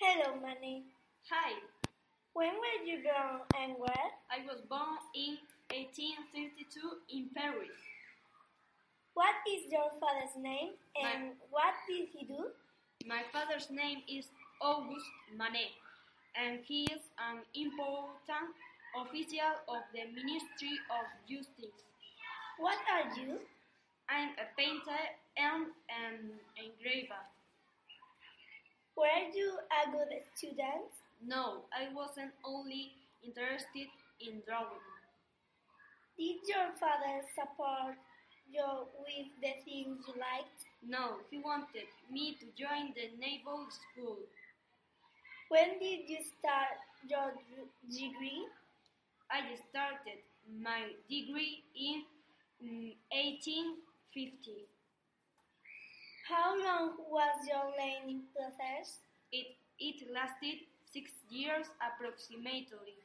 Hello, Manny. Hi, When were you born and where? I was born in 1832 in Paris. What is your father's name and what did he do? My father's name is Auguste Manet, and he is an important official of the Ministry of Justice. What are you? I'm a painter and an engraver. Were you a good student? No, I wasn't only interested in drawing. Did your father support you with the things you liked? No, he wanted me to join the naval school. When did you start your dr- degree? I started my degree in mm, 1850. How long was your learning process? It, it lasted six years approximately.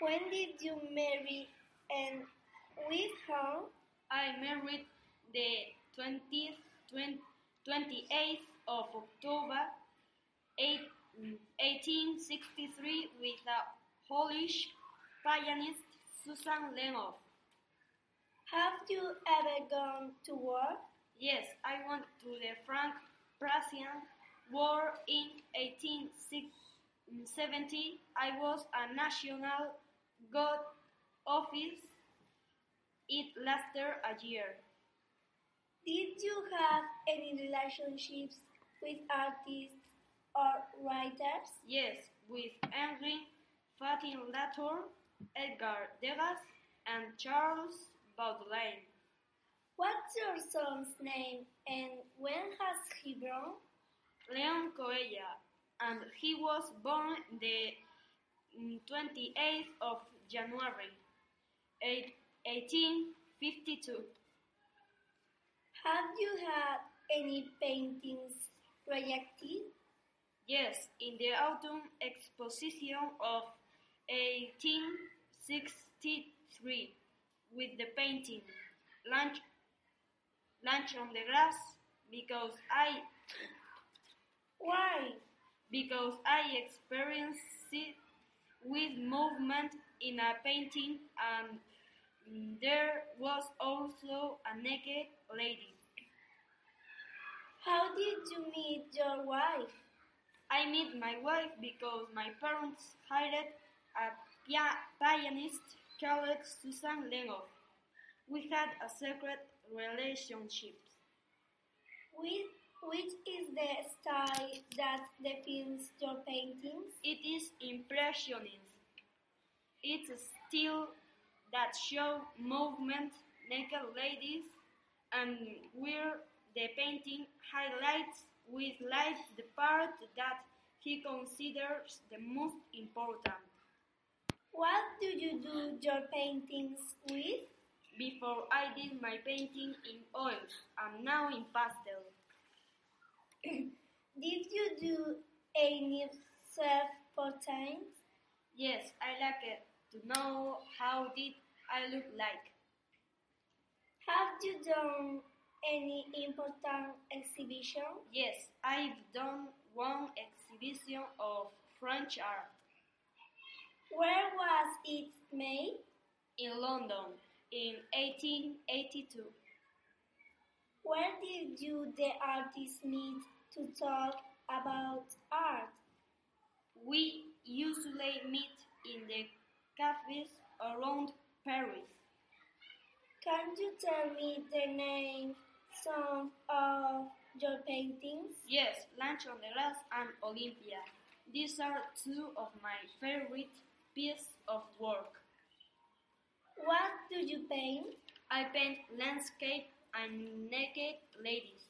When did you marry and with whom? I married the 20th, 20, 28th of October eight- 1863 with the Polish pianist Susan Lenoff. Have you ever gone to war? Yes, I went to the Franco-Prussian War in 1870. I was a national guard office. It lasted a year. Did you have any relationships with artists or writers? Yes, with Henry Fatin Latour, Edgar Degas, and Charles Baudelaire. What's your son's name and when has he grown? Leon Coella, and he was born the mm, 28th of January, eight- 1852. Have you had any paintings projected? Yes, in the autumn exposition of 1863, with the painting Lunch, Lunch on the Grass, because I Why? because I experienced it with movement in a painting and there was also a naked lady. How did you meet your wife? I met my wife because my parents hired a pia- pianist called Susan Lenoff. We had a secret relationship. Which, which is the style that defines your paintings? It is impressionist. It's a still that show movement, naked ladies, and where the painting highlights with light the part that he considers the most important. What do you do your paintings with? Before I did my painting in oils and now in pastel. Did you do any self portraits? Yes, I like it to know how did I look like. Have you done any important exhibition? Yes, I've done one exhibition of French art Where was it made? in London in 1882. Where did you, the artist, meet to talk about art? We usually meet in the cafes around Paris. Can you tell me the name, some of your paintings? Yes, Lunch on the Grass and Olympia. These are two of my favorite pieces of work. What do you paint? I paint landscape and naked ladies.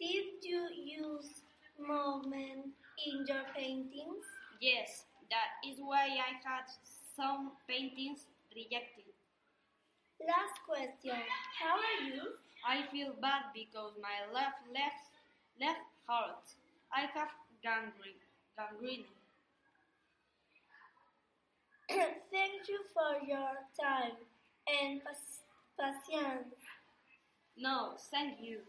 Did you use movement in your paintings? Yes, that is why I had some paintings rejected. Last question. How are you? I feel bad because my left left left heart. I have gangrene. Gangrene. Thank you for your time and pas- patience. No, thank you.